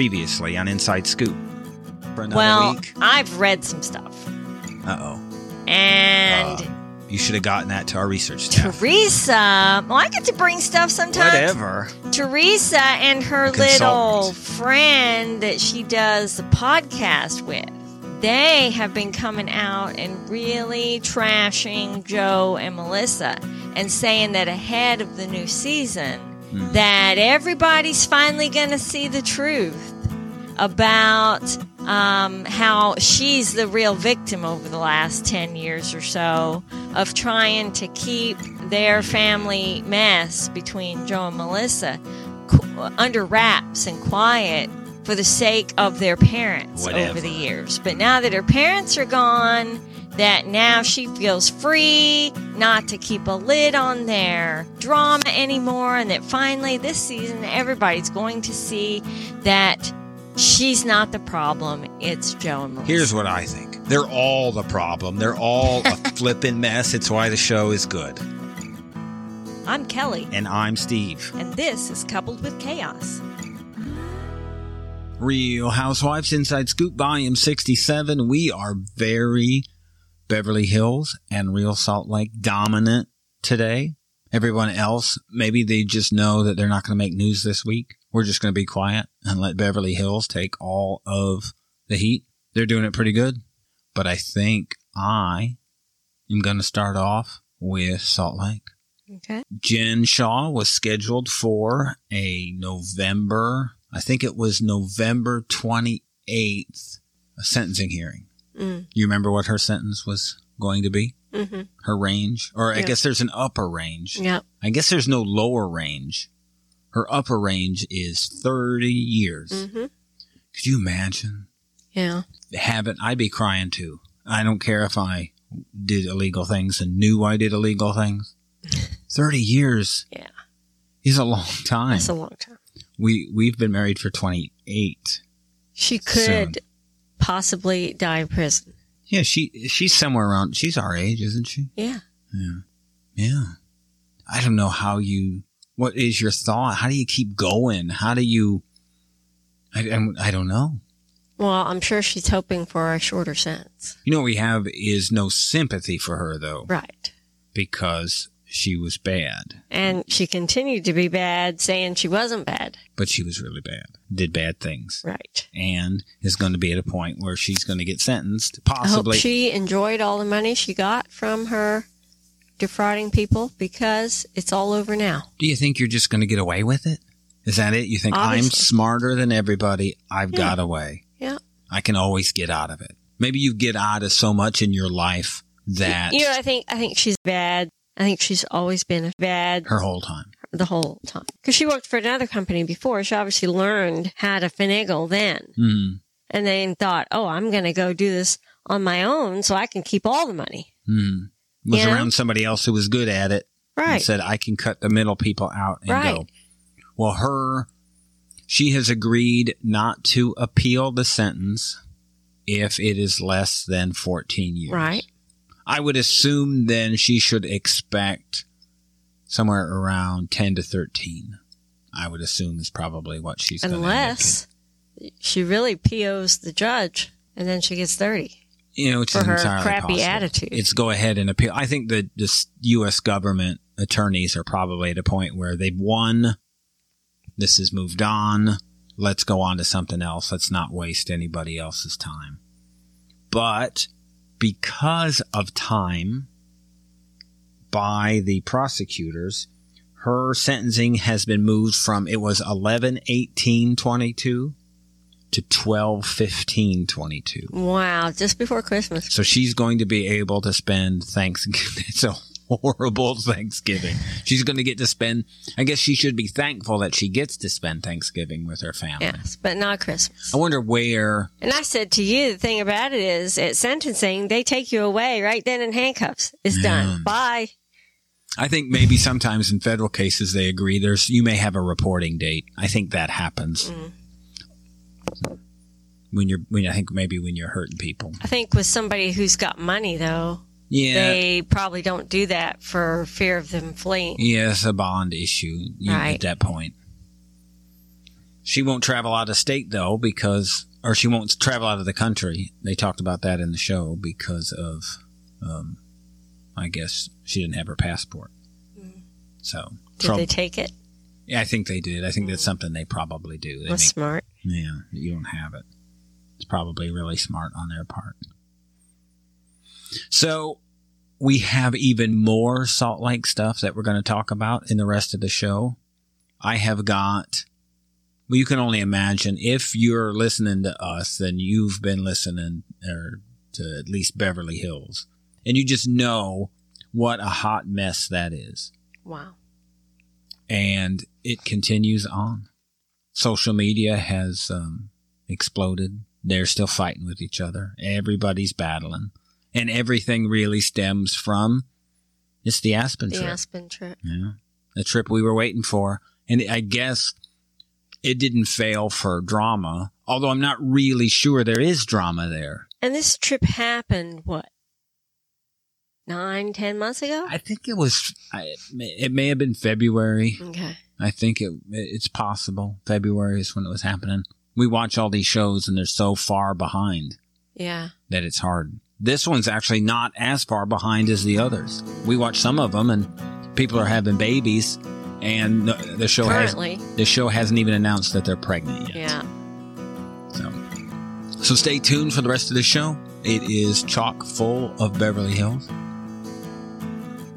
previously on Inside Scoop for another well, week. I've read some stuff, Uh oh. Ah, and Uh, You should have gotten that to our research staff. Teresa. Well, I get to bring stuff sometimes. Whatever. Teresa and her little Consultant. friend that she does the podcast with. They have been coming out and really trashing Joe and Melissa and saying that ahead of the new season Hmm. that everybody's finally going to see the truth about um, how she's the real victim over the last 10 years or so of trying to keep their family mess between Joe and Melissa qu- under wraps and quiet for the sake of their parents over Whatever. the years. But now that her parents are gone, that now she feels free not to keep a lid on their drama anymore, and that finally this season everybody's going to see that she's not the problem, it's Joe and Melissa. Here's what I think. They're all the problem. They're all a flippin' mess. It's why the show is good. I'm Kelly, And I'm Steve. and this is Coupled with Chaos. Real Housewives Inside Scoop, Volume 67. We are very Beverly Hills and Real Salt Lake dominant today. Everyone else, maybe they just know that they're not going to make news this week. We're just going to be quiet and let Beverly Hills take all of the heat. They're doing it pretty good. But I think I am going to start off with Salt Lake. Okay. Jen Shaw was scheduled for a November, I think it was November 28th, a sentencing hearing. Mm. You remember what her sentence was going to be? Mm-hmm. Her range? Or I Yeah. guess there's an upper range. Yep. I guess there's no lower range. Her upper range is 30 years. Mm-hmm. Could you imagine? Yeah. Haven't I'd be crying too. I don't care if I did illegal things and knew I did illegal things. 30 years Yeah. is a long time. That's a long time. We we've been married for 28. She Soon. could possibly die in prison. Yeah, she she's somewhere around. She's our age, isn't she? Yeah. Yeah. Yeah. I don't know how you what is your thought? How do you keep going? How do you I, I, I don't know. Well, I'm sure she's hoping for a shorter sentence. You know what we have is no sympathy for her though Right. because she was bad, And she continued to be bad, saying she wasn't bad. but she was really bad. Did bad things Right. and is going to be at a point where she's going to get sentenced I hope possibly she enjoyed all the money she got from her defrauding people because it's all over now. Do you think you're just going to get away with it? Is that it? You think I'm Obviously. smarter than everybody? I've got away. Yeah. I can always get out of it. Maybe you get out of so much in your life that You know, I think I think she's bad. I think she's always been bad her whole time. the whole time because she worked for another company before. She obviously learned how to finagle then, Mm, and then thought, "Oh, I'm going to go do this on my own, so I can keep all the money." mm. Was Yeah. around somebody else who was good at it and Right. said, I can cut the middle people out and Right. go. Well, her, she has agreed not to appeal the sentence if it is less than 14 years. Right. I would assume then she should expect somewhere around 10 to 13. I would assume is probably what she's gonna end up Unless she really POs the judge and then she gets 30. doing. you know, which for is her entirely crappy possible. attitude. It's go ahead and appeal. I think the this U.S. government attorneys are probably at a point where they've won. This has moved on. Let's go on to something else. Let's not waste anybody else's time. But because of time by the prosecutors, her sentencing has been moved from it was 11 18 22 to 12 15 22. Wow, just before Christmas. So she's going to be able to spend Thanksgiving. It's a horrible Thanksgiving. She's going to get to spend, I guess she should be thankful that she gets to spend Thanksgiving with her family. Yes, but not Christmas. I wonder where, And I said to you, the thing about it is at sentencing, they take you away right then in handcuffs. It's done. Bye. I think maybe sometimes in federal cases they agree there's, you may have a reporting date. I think that happens. When you're, when I think maybe when you're hurting people. I think with somebody who's got money, though, Yeah. they probably don't do that for fear of them fleeing. Yes, a bond issue you- Right. at that point. She won't travel out of state though because, or she won't travel out of the country. They talked about that in the show because of, um, I guess she didn't have her passport. So Mm. Did trouble. they Mm. take it? Yeah, I think they did. I think that's something they probably do. They That's make, smart. yeah, you don't have it. It's probably really smart on their part. So we have even more Salt Lake stuff that we're going to talk about in the rest of the show. I have got. Well, you can only imagine if you're listening to us, then you've been listening or to at least Beverly Hills, and you just know what a hot mess that is Wow. and it continues on. Social media has um, exploded. They're still fighting with each other. Everybody's battling, and everything really stems from it's the Aspen The trip. Aspen trip. yeah, the trip we were waiting for, and I guess it didn't fail for drama. Although I'm not really sure there is drama there. And this trip happened, what, nine, ten months ago? I think it was. I, it may have been February. Okay. I think it it's possible. February is when it was happening. We watch all these shows and they're so far behind Yeah. that it's hard. This one's actually not as far behind as the others. We watch some of them and people are having babies and the, the show has Currently. the show hasn't even announced that they're pregnant yet. Yeah. So so stay tuned for the rest of the show. It is chock full of Beverly Hills.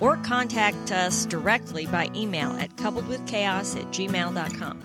or contact us directly by email at coupledwithchaos at gmail.com.